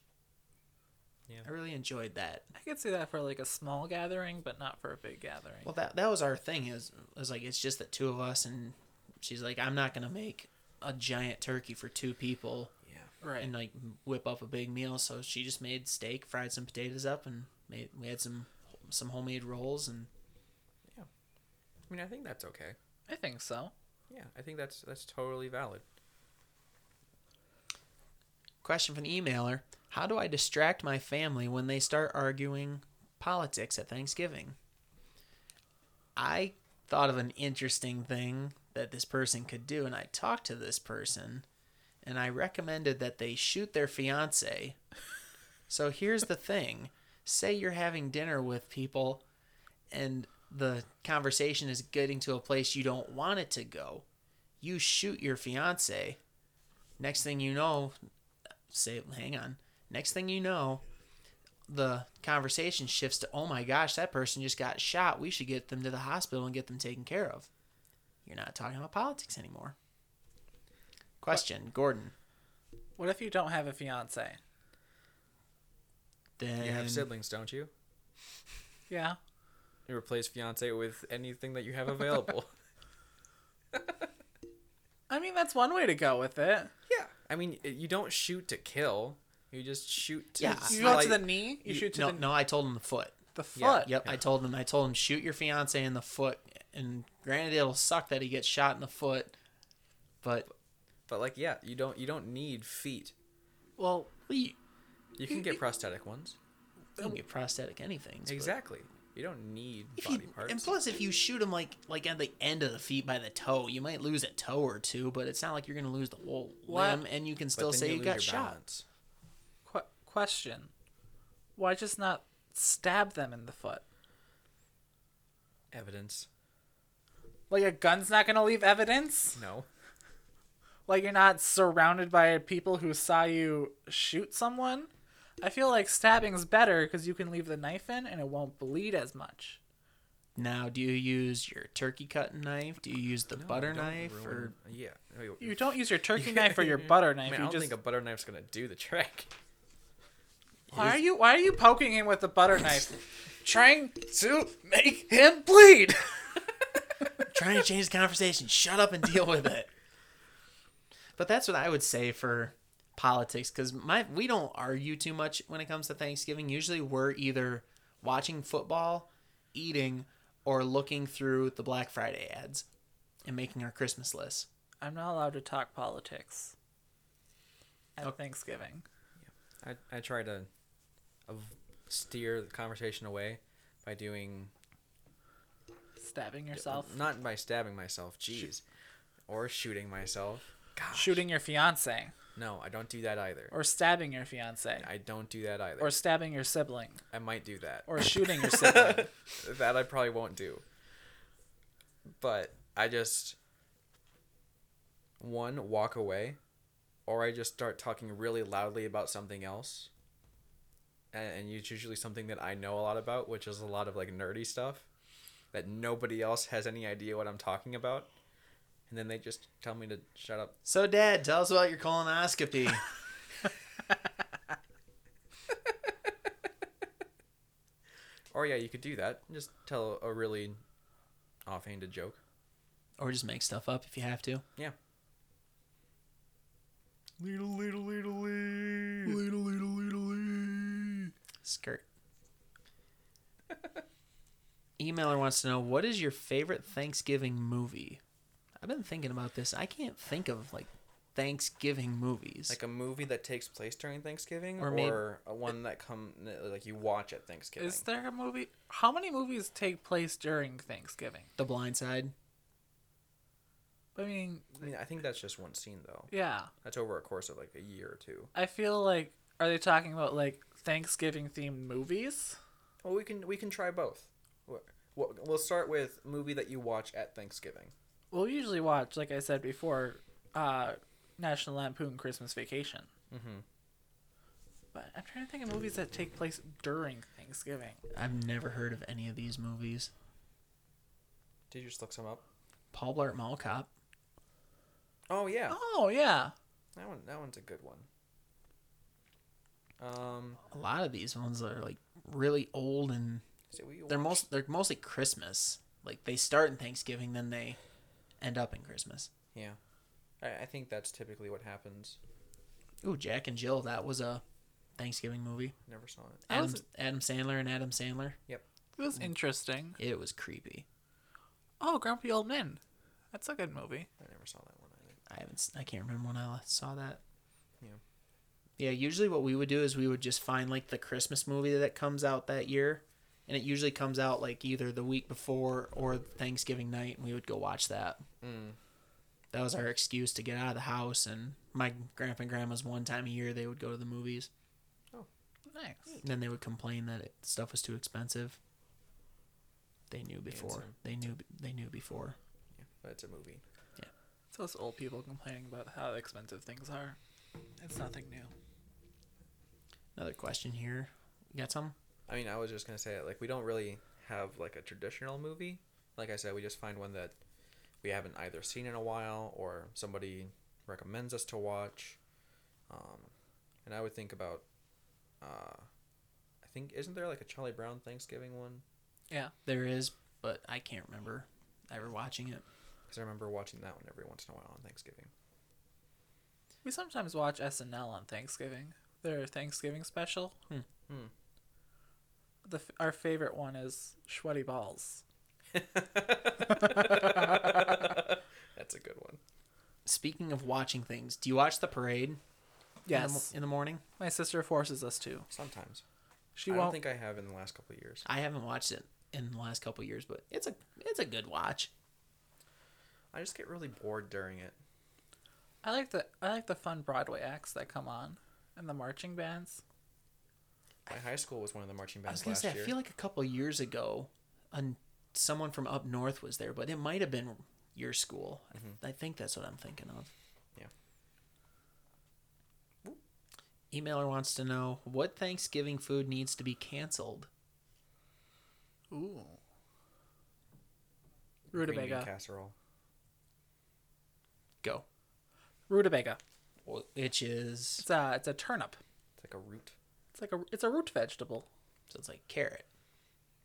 Speaker 3: Yeah.
Speaker 2: I really enjoyed that.
Speaker 1: i could see that for like a small gathering but not for a big gathering
Speaker 2: Well, that that was our thing. Is was like it's just the two of us, and she's like, I'm not gonna make a giant turkey for two people
Speaker 3: Yeah.
Speaker 1: right
Speaker 2: and like whip up a big meal. So she just made steak, fried some potatoes up, and made we had some some homemade rolls and
Speaker 3: I mean, I think that's okay.
Speaker 1: i think so
Speaker 3: Yeah, I think that's that's totally valid.
Speaker 2: Question from the emailer How do I distract my family when they start arguing politics at Thanksgiving? I thought of an interesting thing that this person could do, and I talked to this person, and I recommended that they shoot their fiance So here's the thing. Say you're having dinner with people and the conversation is getting to a place you don't want it to go. You shoot your fiance. Next thing you know, say hang on. Next thing you know, the conversation shifts to, "Oh my gosh, that person just got shot. We should get them to the hospital and get them taken care of." You're not talking about politics anymore. Question, Gordon.
Speaker 1: What if you don't have a fiance?
Speaker 2: Then
Speaker 3: You have siblings, don't you?
Speaker 1: Yeah.
Speaker 3: You replace fiance with anything that you have available.
Speaker 1: I mean, that's one way to go with it.
Speaker 3: yeah. I mean, it- you don't shoot to kill. You just shoot to
Speaker 2: Yeah.
Speaker 1: You
Speaker 2: You
Speaker 1: go
Speaker 3: slight-
Speaker 1: to the knee, you,
Speaker 2: You-
Speaker 1: shoot to
Speaker 2: no,
Speaker 1: the,
Speaker 2: no, I told him the foot.
Speaker 1: the foot.
Speaker 3: Yeah,
Speaker 2: Yep, I told him. I told him shoot your fiance in the foot. And granted, it'll suck that he gets shot in the foot, but
Speaker 3: but like yeah, you don't you don't need feet.
Speaker 2: well, you
Speaker 3: You can get prosthetic ones.
Speaker 2: don't get prosthetic anything. but-
Speaker 3: Exactly. You don't need
Speaker 2: If you,
Speaker 3: body parts.
Speaker 2: and plus, if you shoot him like like at the end of the feet by the toe, you might lose a toe or two, but it's not like you're gonna lose the whole
Speaker 1: What?
Speaker 2: limb, and you can
Speaker 3: But
Speaker 2: still
Speaker 3: then
Speaker 2: say you,
Speaker 3: lose
Speaker 2: got
Speaker 3: your
Speaker 2: shot.
Speaker 3: balance.
Speaker 1: Qu- question. Why just not stab them in the foot?
Speaker 3: Evidence.
Speaker 1: Like a gun's not gonna leave evidence.
Speaker 3: No.
Speaker 1: Like you're not surrounded by people who saw you shoot someone. I feel like stabbing's better because you can leave the knife in and it won't bleed as much.
Speaker 2: Now, do you use your turkey cutting knife? Do you use the butter
Speaker 3: Don't
Speaker 2: knife? Or
Speaker 3: ruin- yeah. I mean,
Speaker 1: You don't use your turkey knife or your butter
Speaker 3: I
Speaker 1: knife.
Speaker 3: mean, I
Speaker 1: you
Speaker 3: don't
Speaker 1: just
Speaker 3: think a butter knife's gonna do the trick.
Speaker 1: why are you why are you poking him with the butter knife, trying to make him bleed?
Speaker 2: trying to change the conversation. Shut up and deal with it. But that's what I would say for politics because my we don't argue too much when it comes to Thanksgiving. Usually, we're either watching football, eating, or looking through the Black Friday ads and making our Christmas list.
Speaker 1: I'm not allowed to talk politics at Thanksgiving.
Speaker 3: I, I try to av- steer the conversation away by doing
Speaker 1: Stabbing yourself,
Speaker 3: not by stabbing myself, jeez, or shooting myself. Gosh,
Speaker 1: shooting your fiance,
Speaker 3: no, I don't do that either.
Speaker 1: or stabbing your fiance,
Speaker 3: I don't do that either.
Speaker 1: or stabbing your sibling,
Speaker 3: I might do that.
Speaker 1: or shooting your sibling.
Speaker 3: that I probably won't do. But I just one walk away, or I just start talking really loudly about something else. And, and it's usually something that I know a lot about, which is a lot of like nerdy stuff that nobody else has any idea what I'm talking about. And then they just tell me to shut up.
Speaker 2: So, Dad, tell us about your colonoscopy.
Speaker 3: Or yeah, you could do that. Just tell a really offhanded joke.
Speaker 2: or just make stuff up if you have to.
Speaker 3: Yeah.
Speaker 2: Skirt. Emailer wants to know what is your favorite Thanksgiving movie? I've been thinking about this. I can't think of like Thanksgiving movies.
Speaker 3: like a movie that takes place during Thanksgiving,
Speaker 2: Or
Speaker 3: or,
Speaker 2: maybe-
Speaker 3: a one that come like you watch at Thanksgiving.
Speaker 1: Is there a movie? How many movies take place during Thanksgiving?
Speaker 2: the Blind Side.
Speaker 1: I mean,
Speaker 3: I mean, I think that's just one scene though.
Speaker 1: yeah.
Speaker 3: That's over a course of like a year or two.
Speaker 1: I feel like are they talking about like Thanksgiving themed movies?
Speaker 3: Well, we can we can try both. Wh- We'll, we'll start with movie that you watch at Thanksgiving.
Speaker 1: Well, we usually watch, like I said before, uh, National Lampoon Christmas Vacation.
Speaker 3: Mhm.
Speaker 1: But I'm trying to think of movies that take place during Thanksgiving.
Speaker 2: I've never heard of any of these movies.
Speaker 3: Did you just look some up?
Speaker 2: Paul Blart Mall Cop.
Speaker 3: Oh yeah,
Speaker 1: Oh yeah,
Speaker 3: that one that one's a good one. Um,
Speaker 2: A lot of these ones are like really old and
Speaker 3: is it what you
Speaker 2: they're
Speaker 3: watch?
Speaker 2: most they're mostly Christmas. Like they start in Thanksgiving, then they end up in Christmas.
Speaker 3: yeah. I, I think that's typically what happens.
Speaker 2: Ooh, Jack and Jill. That was a Thanksgiving movie.
Speaker 3: Never saw it.
Speaker 1: That
Speaker 2: Adam,
Speaker 1: was-
Speaker 2: Adam Sandler and Adam Sandler.
Speaker 1: it was interesting.
Speaker 2: It was creepy.
Speaker 1: Oh, Grumpy Old Men. That's a good movie.
Speaker 3: I never saw that one either.
Speaker 2: I haven't. s- I can't remember when I last saw that.
Speaker 3: Yeah.
Speaker 2: Yeah. Usually, what we would do is we would just find like the Christmas movie that comes out that year, and it usually comes out like either the week before or Thanksgiving night, and we would go watch that.
Speaker 3: Mm.
Speaker 2: That was our excuse to get out of the house. And my grandpa and grandma's one time a year they would go to the movies.
Speaker 1: Nice.
Speaker 2: And then they would complain that it, stuff was too expensive. They knew before.
Speaker 3: Handsome.
Speaker 2: They knew. They knew before.
Speaker 3: Yeah, but it's a movie.
Speaker 1: It's those old people complaining about how expensive things are. It's nothing new.
Speaker 2: Another question here. You got some?
Speaker 3: I mean, I was just gonna say like we don't really have like a traditional movie. Like I said, we just find one that we haven't either seen in a while or somebody recommends us to watch. Um, and I would think about, uh, I think isn't there like a Charlie Brown Thanksgiving one?
Speaker 1: Yeah.
Speaker 2: There is, but I can't remember ever watching it.
Speaker 3: Because I remember watching that one every once in a while on Thanksgiving.
Speaker 1: We sometimes watch SNL on Thanksgiving. Their Thanksgiving special.
Speaker 2: Hmm.
Speaker 3: Hmm.
Speaker 1: The f- our favorite one is Sweaty Balls.
Speaker 3: That's a good one.
Speaker 2: Speaking of watching things, do you watch the parade? in the mo-
Speaker 1: Yes.
Speaker 2: In the, morning,
Speaker 1: My sister forces us to.
Speaker 3: Sometimes
Speaker 1: She
Speaker 3: I
Speaker 1: won't.
Speaker 3: don't think I have in the last couple of years.
Speaker 2: I haven't watched it in the last couple years, but it's a it's a good watch.
Speaker 3: I just get really bored during it.
Speaker 1: I like the I like the fun Broadway acts that come on, and the marching bands.
Speaker 3: My high school was one of the marching
Speaker 2: I
Speaker 3: bands
Speaker 2: was gonna
Speaker 3: last
Speaker 2: say,
Speaker 3: year.
Speaker 2: I feel like a couple years ago, an, someone from up north was there, but it might have been your school. I-
Speaker 3: Mm-hmm.
Speaker 2: I think that's what I'm thinking of.
Speaker 3: Yeah.
Speaker 2: Emailer wants to know what Thanksgiving food needs to be canceled.
Speaker 1: Ooh.
Speaker 3: Green bean
Speaker 1: Rutabaga.
Speaker 3: casserole.
Speaker 2: Go.
Speaker 1: Rutabaga.
Speaker 2: Which is
Speaker 1: It's a it's a turnip.
Speaker 3: It's like a root
Speaker 1: It's like a it's a root vegetable.
Speaker 2: so it's like carrot.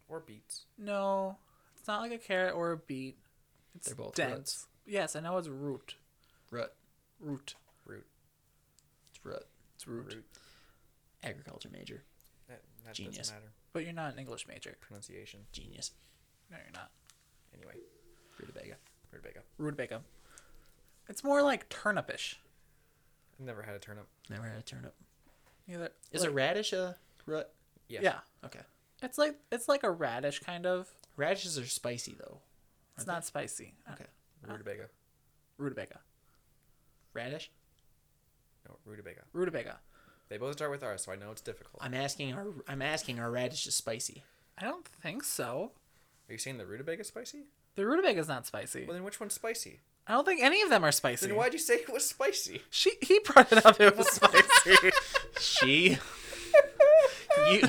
Speaker 3: or beets.
Speaker 1: No, it's not like a carrot or a beet. It's
Speaker 2: They're both
Speaker 1: dense.
Speaker 2: roots.
Speaker 1: Yes, I know it's root.
Speaker 2: Root.
Speaker 1: Root.
Speaker 3: Root.
Speaker 2: It's root.
Speaker 1: It's root.
Speaker 3: Root.
Speaker 2: Agriculture major.
Speaker 3: That, that
Speaker 2: Genius.
Speaker 3: doesn't matter.
Speaker 1: But you're not an English major.
Speaker 3: Pronunciation.
Speaker 2: Genius.
Speaker 1: No, you're not.
Speaker 3: Anyway,
Speaker 2: Rutabaga.
Speaker 3: rutabaga.
Speaker 1: Rutabaga. It's more like turnipish.
Speaker 3: I've never had a turnip.
Speaker 2: Never had a turnip.
Speaker 1: Neither.
Speaker 2: Is a radish a root?
Speaker 3: Yes.
Speaker 1: Yeah.
Speaker 2: Okay.
Speaker 1: It's like it's like a radish kind of.
Speaker 2: Radishes are spicy though.
Speaker 1: It's
Speaker 2: Aren't
Speaker 1: not spicy.
Speaker 3: Ah.
Speaker 1: Uh,
Speaker 2: Okay.
Speaker 3: Rutabaga.
Speaker 1: Rutabaga.
Speaker 2: Radish?
Speaker 3: No, rutabaga.
Speaker 1: Rutabaga.
Speaker 3: They both start with R, so I know it's difficult.
Speaker 2: I'm asking are I'm asking are radishes spicy?
Speaker 1: I don't think so.
Speaker 3: Are you saying the rutabaga spicy?
Speaker 1: The rutabaga is not spicy.
Speaker 3: Well, then which one's spicy?
Speaker 1: I don't think any of them are spicy.
Speaker 3: Then why'd you say it was spicy?
Speaker 1: She he brought it up. It was spicy.
Speaker 2: She You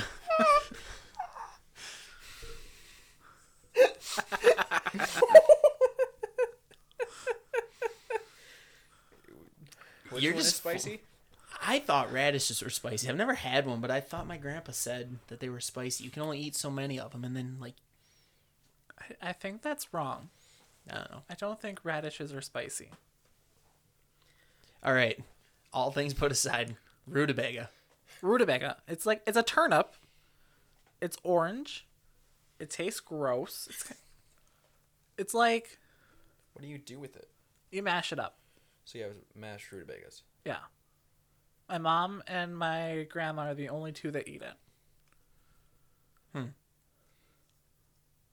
Speaker 3: Which
Speaker 2: You're
Speaker 3: one is
Speaker 2: just full-
Speaker 3: spicy?
Speaker 2: I thought radishes were spicy. I've never had one, but I thought my grandpa said that they were spicy. You can only eat so many of them and then like
Speaker 1: I, I think that's wrong.
Speaker 2: I don't know.
Speaker 1: I don't think radishes are spicy.
Speaker 2: All right. All things put aside, rutabaga.
Speaker 1: Rutabaga. It's like it's a turnip. It's orange. It tastes gross. It's, ki- it's like
Speaker 3: What do you do with it?
Speaker 1: you mash it up.
Speaker 3: So you have mashed rutabagas.
Speaker 1: Yeah. My mom and my grandma are the only two that eat it.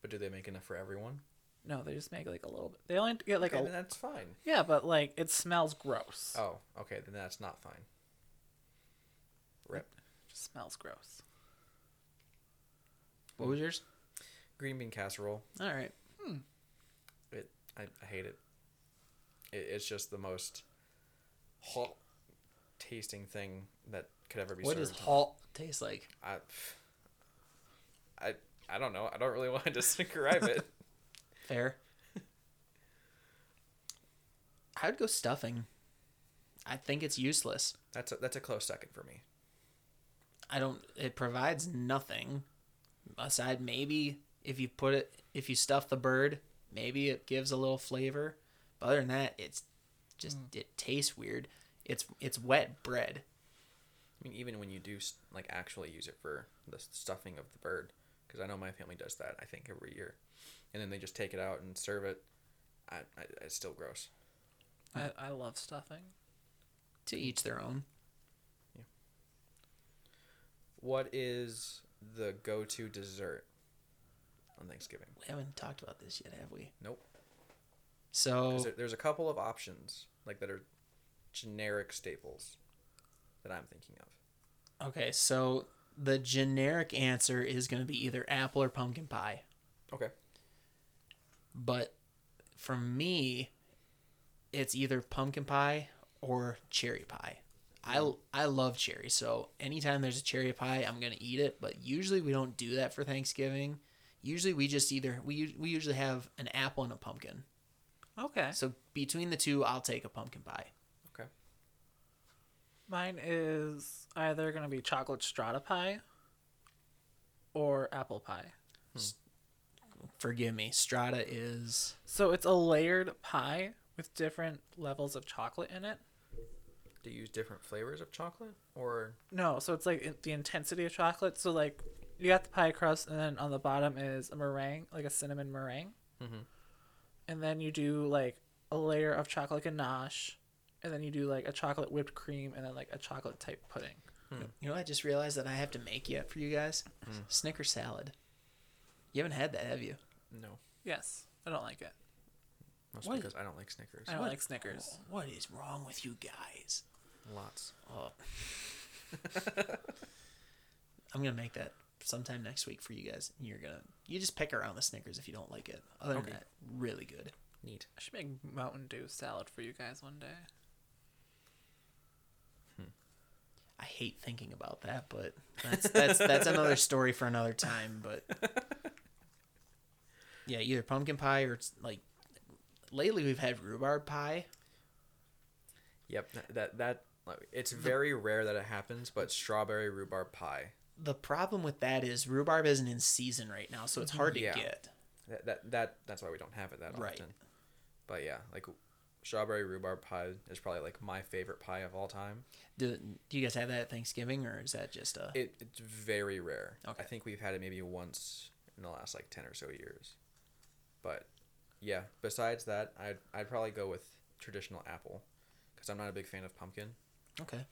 Speaker 3: But do they make enough for everyone?
Speaker 1: No, they just make like a little bit. They only get like
Speaker 3: Okay,
Speaker 1: a
Speaker 3: then that's fine.
Speaker 1: yeah, but like it smells gross.
Speaker 3: Oh, okay, then that's not fine. Rip.
Speaker 1: It just smells gross.
Speaker 2: What was yours?
Speaker 3: Green bean casserole.
Speaker 2: All right.
Speaker 3: It. I, I hate it. it. It's just the most hot tasting thing that could ever be
Speaker 2: What does
Speaker 3: served.
Speaker 2: halt taste like?
Speaker 3: I, I, I don't know. I don't really want to describe it.
Speaker 2: Fair. I would go stuffing. I think it's useless.
Speaker 3: That's a, that's a close second for me.
Speaker 2: I don't. It provides nothing. Aside, maybe if you put it, if you stuff the bird, maybe it gives a little flavor. But other than that, it's just it tastes weird. It's it's wet bread.
Speaker 3: I mean, even when you do s- like actually use it for the s- stuffing of the bird, because I know my family does that. I think every year, and then they just take it out and serve it. I, I it's still gross.
Speaker 1: I, I love stuffing.
Speaker 2: To each their own.
Speaker 3: What is the go-to dessert on Thanksgiving?
Speaker 2: We haven't talked about this yet, have we?
Speaker 3: Nope.
Speaker 2: So
Speaker 3: 'Cause there- there's a couple of options like that are generic staples that I'm thinking of.
Speaker 2: okay, so the generic answer is going to be either apple or pumpkin pie.
Speaker 3: Okay.
Speaker 2: But for me, it's either pumpkin pie or cherry pie. I, I love cherry, so anytime there's a cherry pie, I'm gonna eat it. But usually we don't do that for Thanksgiving. Usually we just either we u- we usually have an apple and a pumpkin.
Speaker 1: Okay.
Speaker 2: So between the two, I'll take a pumpkin pie.
Speaker 3: Okay.
Speaker 1: Mine is either going to be chocolate strata pie or apple pie.
Speaker 2: Forgive me, Strata is
Speaker 1: So it's a layered pie with different levels of chocolate in it.
Speaker 3: Do you use different flavors of chocolate or
Speaker 1: No, so it's like in- the intensity of chocolate. So like you got the pie crust, and then on the bottom is a meringue, like a cinnamon meringue. And then you do like a layer of chocolate ganache, and then you do like a chocolate whipped cream, and then like a chocolate type pudding.
Speaker 2: You know, I just realized that I have to make yet for you guys Snicker salad. You haven't had that, have you?
Speaker 3: no?
Speaker 1: Yes, I don't like it.
Speaker 3: That's
Speaker 2: What?
Speaker 3: because I don't like Snickers.
Speaker 1: I don't like Snickers.
Speaker 2: What is wrong with you guys?
Speaker 3: Lots.
Speaker 2: Oh. I'm gonna make that sometime next week for you guys. You're gonna you just pick around the Snickers if you don't like it. Other than
Speaker 3: Okay.
Speaker 2: that, really good.
Speaker 3: Neat.
Speaker 1: I should make Mountain Dew salad for you guys one day.
Speaker 2: I hate thinking about that, but that's that's that's another story for another time. But yeah, either pumpkin pie or it's like lately we've had rhubarb pie.
Speaker 3: Yep. That that, that like, it's very rare that it happens, but strawberry rhubarb pie.
Speaker 2: The problem with that is rhubarb isn't in season right now, so it's hard to
Speaker 3: Yeah.
Speaker 2: get.
Speaker 3: That, that that that's why we don't have it that often.
Speaker 2: Right.
Speaker 3: But yeah, like strawberry rhubarb pie is probably like my favorite pie of all time.
Speaker 2: Do, do you guys have that at Thanksgiving or is that just a
Speaker 3: It, it's very rare.
Speaker 2: Okay.
Speaker 3: I think we've had it maybe once in the last like ten or so years. But yeah, besides that, I'd I'd probably go with traditional apple because I'm not a big fan of pumpkin.
Speaker 2: okay?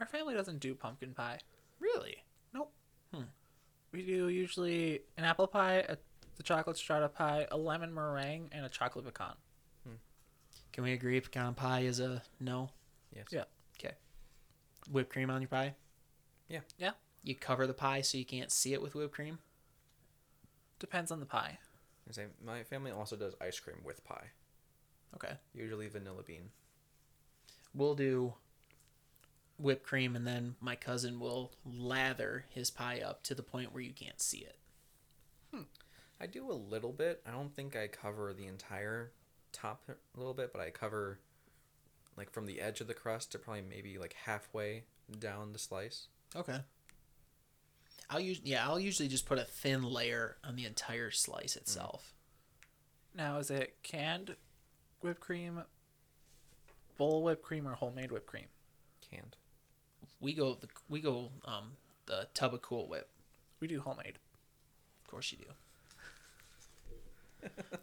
Speaker 1: Our family doesn't do pumpkin pie.
Speaker 2: Really?
Speaker 1: Nope. We do usually an apple pie, a, the chocolate strata pie, a lemon meringue, and a chocolate pecan.
Speaker 2: Can we agree pecan pie is a no?
Speaker 3: Yes.
Speaker 1: Yeah.
Speaker 2: Okay. Whipped cream on your pie?
Speaker 3: Yeah.
Speaker 1: Yeah.
Speaker 2: You cover the pie so you can't see it with whipped cream?
Speaker 1: Depends on the pie.
Speaker 3: I say my family also does ice cream with pie,
Speaker 2: Okay.
Speaker 3: usually vanilla bean.
Speaker 2: We'll do whipped cream and then my cousin will lather his pie up to the point where you can't see it.
Speaker 3: I do a little bit. I don't think I cover the entire top a little bit, but I cover like from the edge of the crust to probably maybe like halfway down the slice.
Speaker 2: Okay. I'll use yeah, I'll usually just put a thin layer on the entire slice itself.
Speaker 1: Now, is it canned whipped cream, bowl whipped cream, or homemade whipped cream?
Speaker 3: Canned.
Speaker 2: We go the we go um the tub of cool whip.
Speaker 1: We do homemade.
Speaker 2: Of course you do.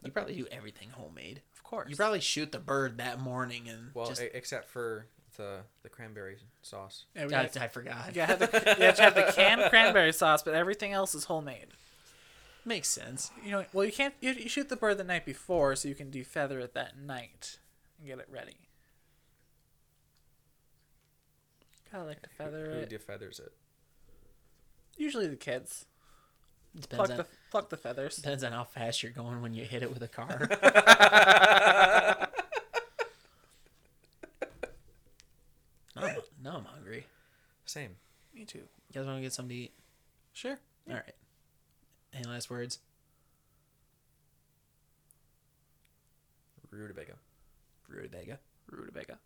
Speaker 2: you probably do everything homemade.
Speaker 1: Of course.
Speaker 2: You probably shoot the bird that morning and
Speaker 3: Well,
Speaker 2: just
Speaker 3: e- except for the the cranberry sauce.
Speaker 1: yeah, we
Speaker 2: God,
Speaker 1: have,
Speaker 2: I forgot.
Speaker 1: you, have the, you have to have the canned cranberry sauce, but everything else is homemade.
Speaker 2: Makes sense.
Speaker 1: You know, well, you can't. You, you shoot the bird the night before, so you can defeather it that night and get it ready. Gotta like to feather
Speaker 3: Who
Speaker 1: it.
Speaker 3: defeathers it?
Speaker 1: Usually the kids
Speaker 2: Depends
Speaker 1: pluck
Speaker 2: on
Speaker 1: the pluck the feathers.
Speaker 2: depends on how fast you're going when you hit it with a car. no, I'm- no, I'm hungry.
Speaker 3: Same.
Speaker 1: Me too.
Speaker 2: You guys want to get something to eat?
Speaker 1: Sure.
Speaker 2: All right. Any last words?
Speaker 3: Rutabaga.
Speaker 2: Rutabaga.
Speaker 1: Rutabaga.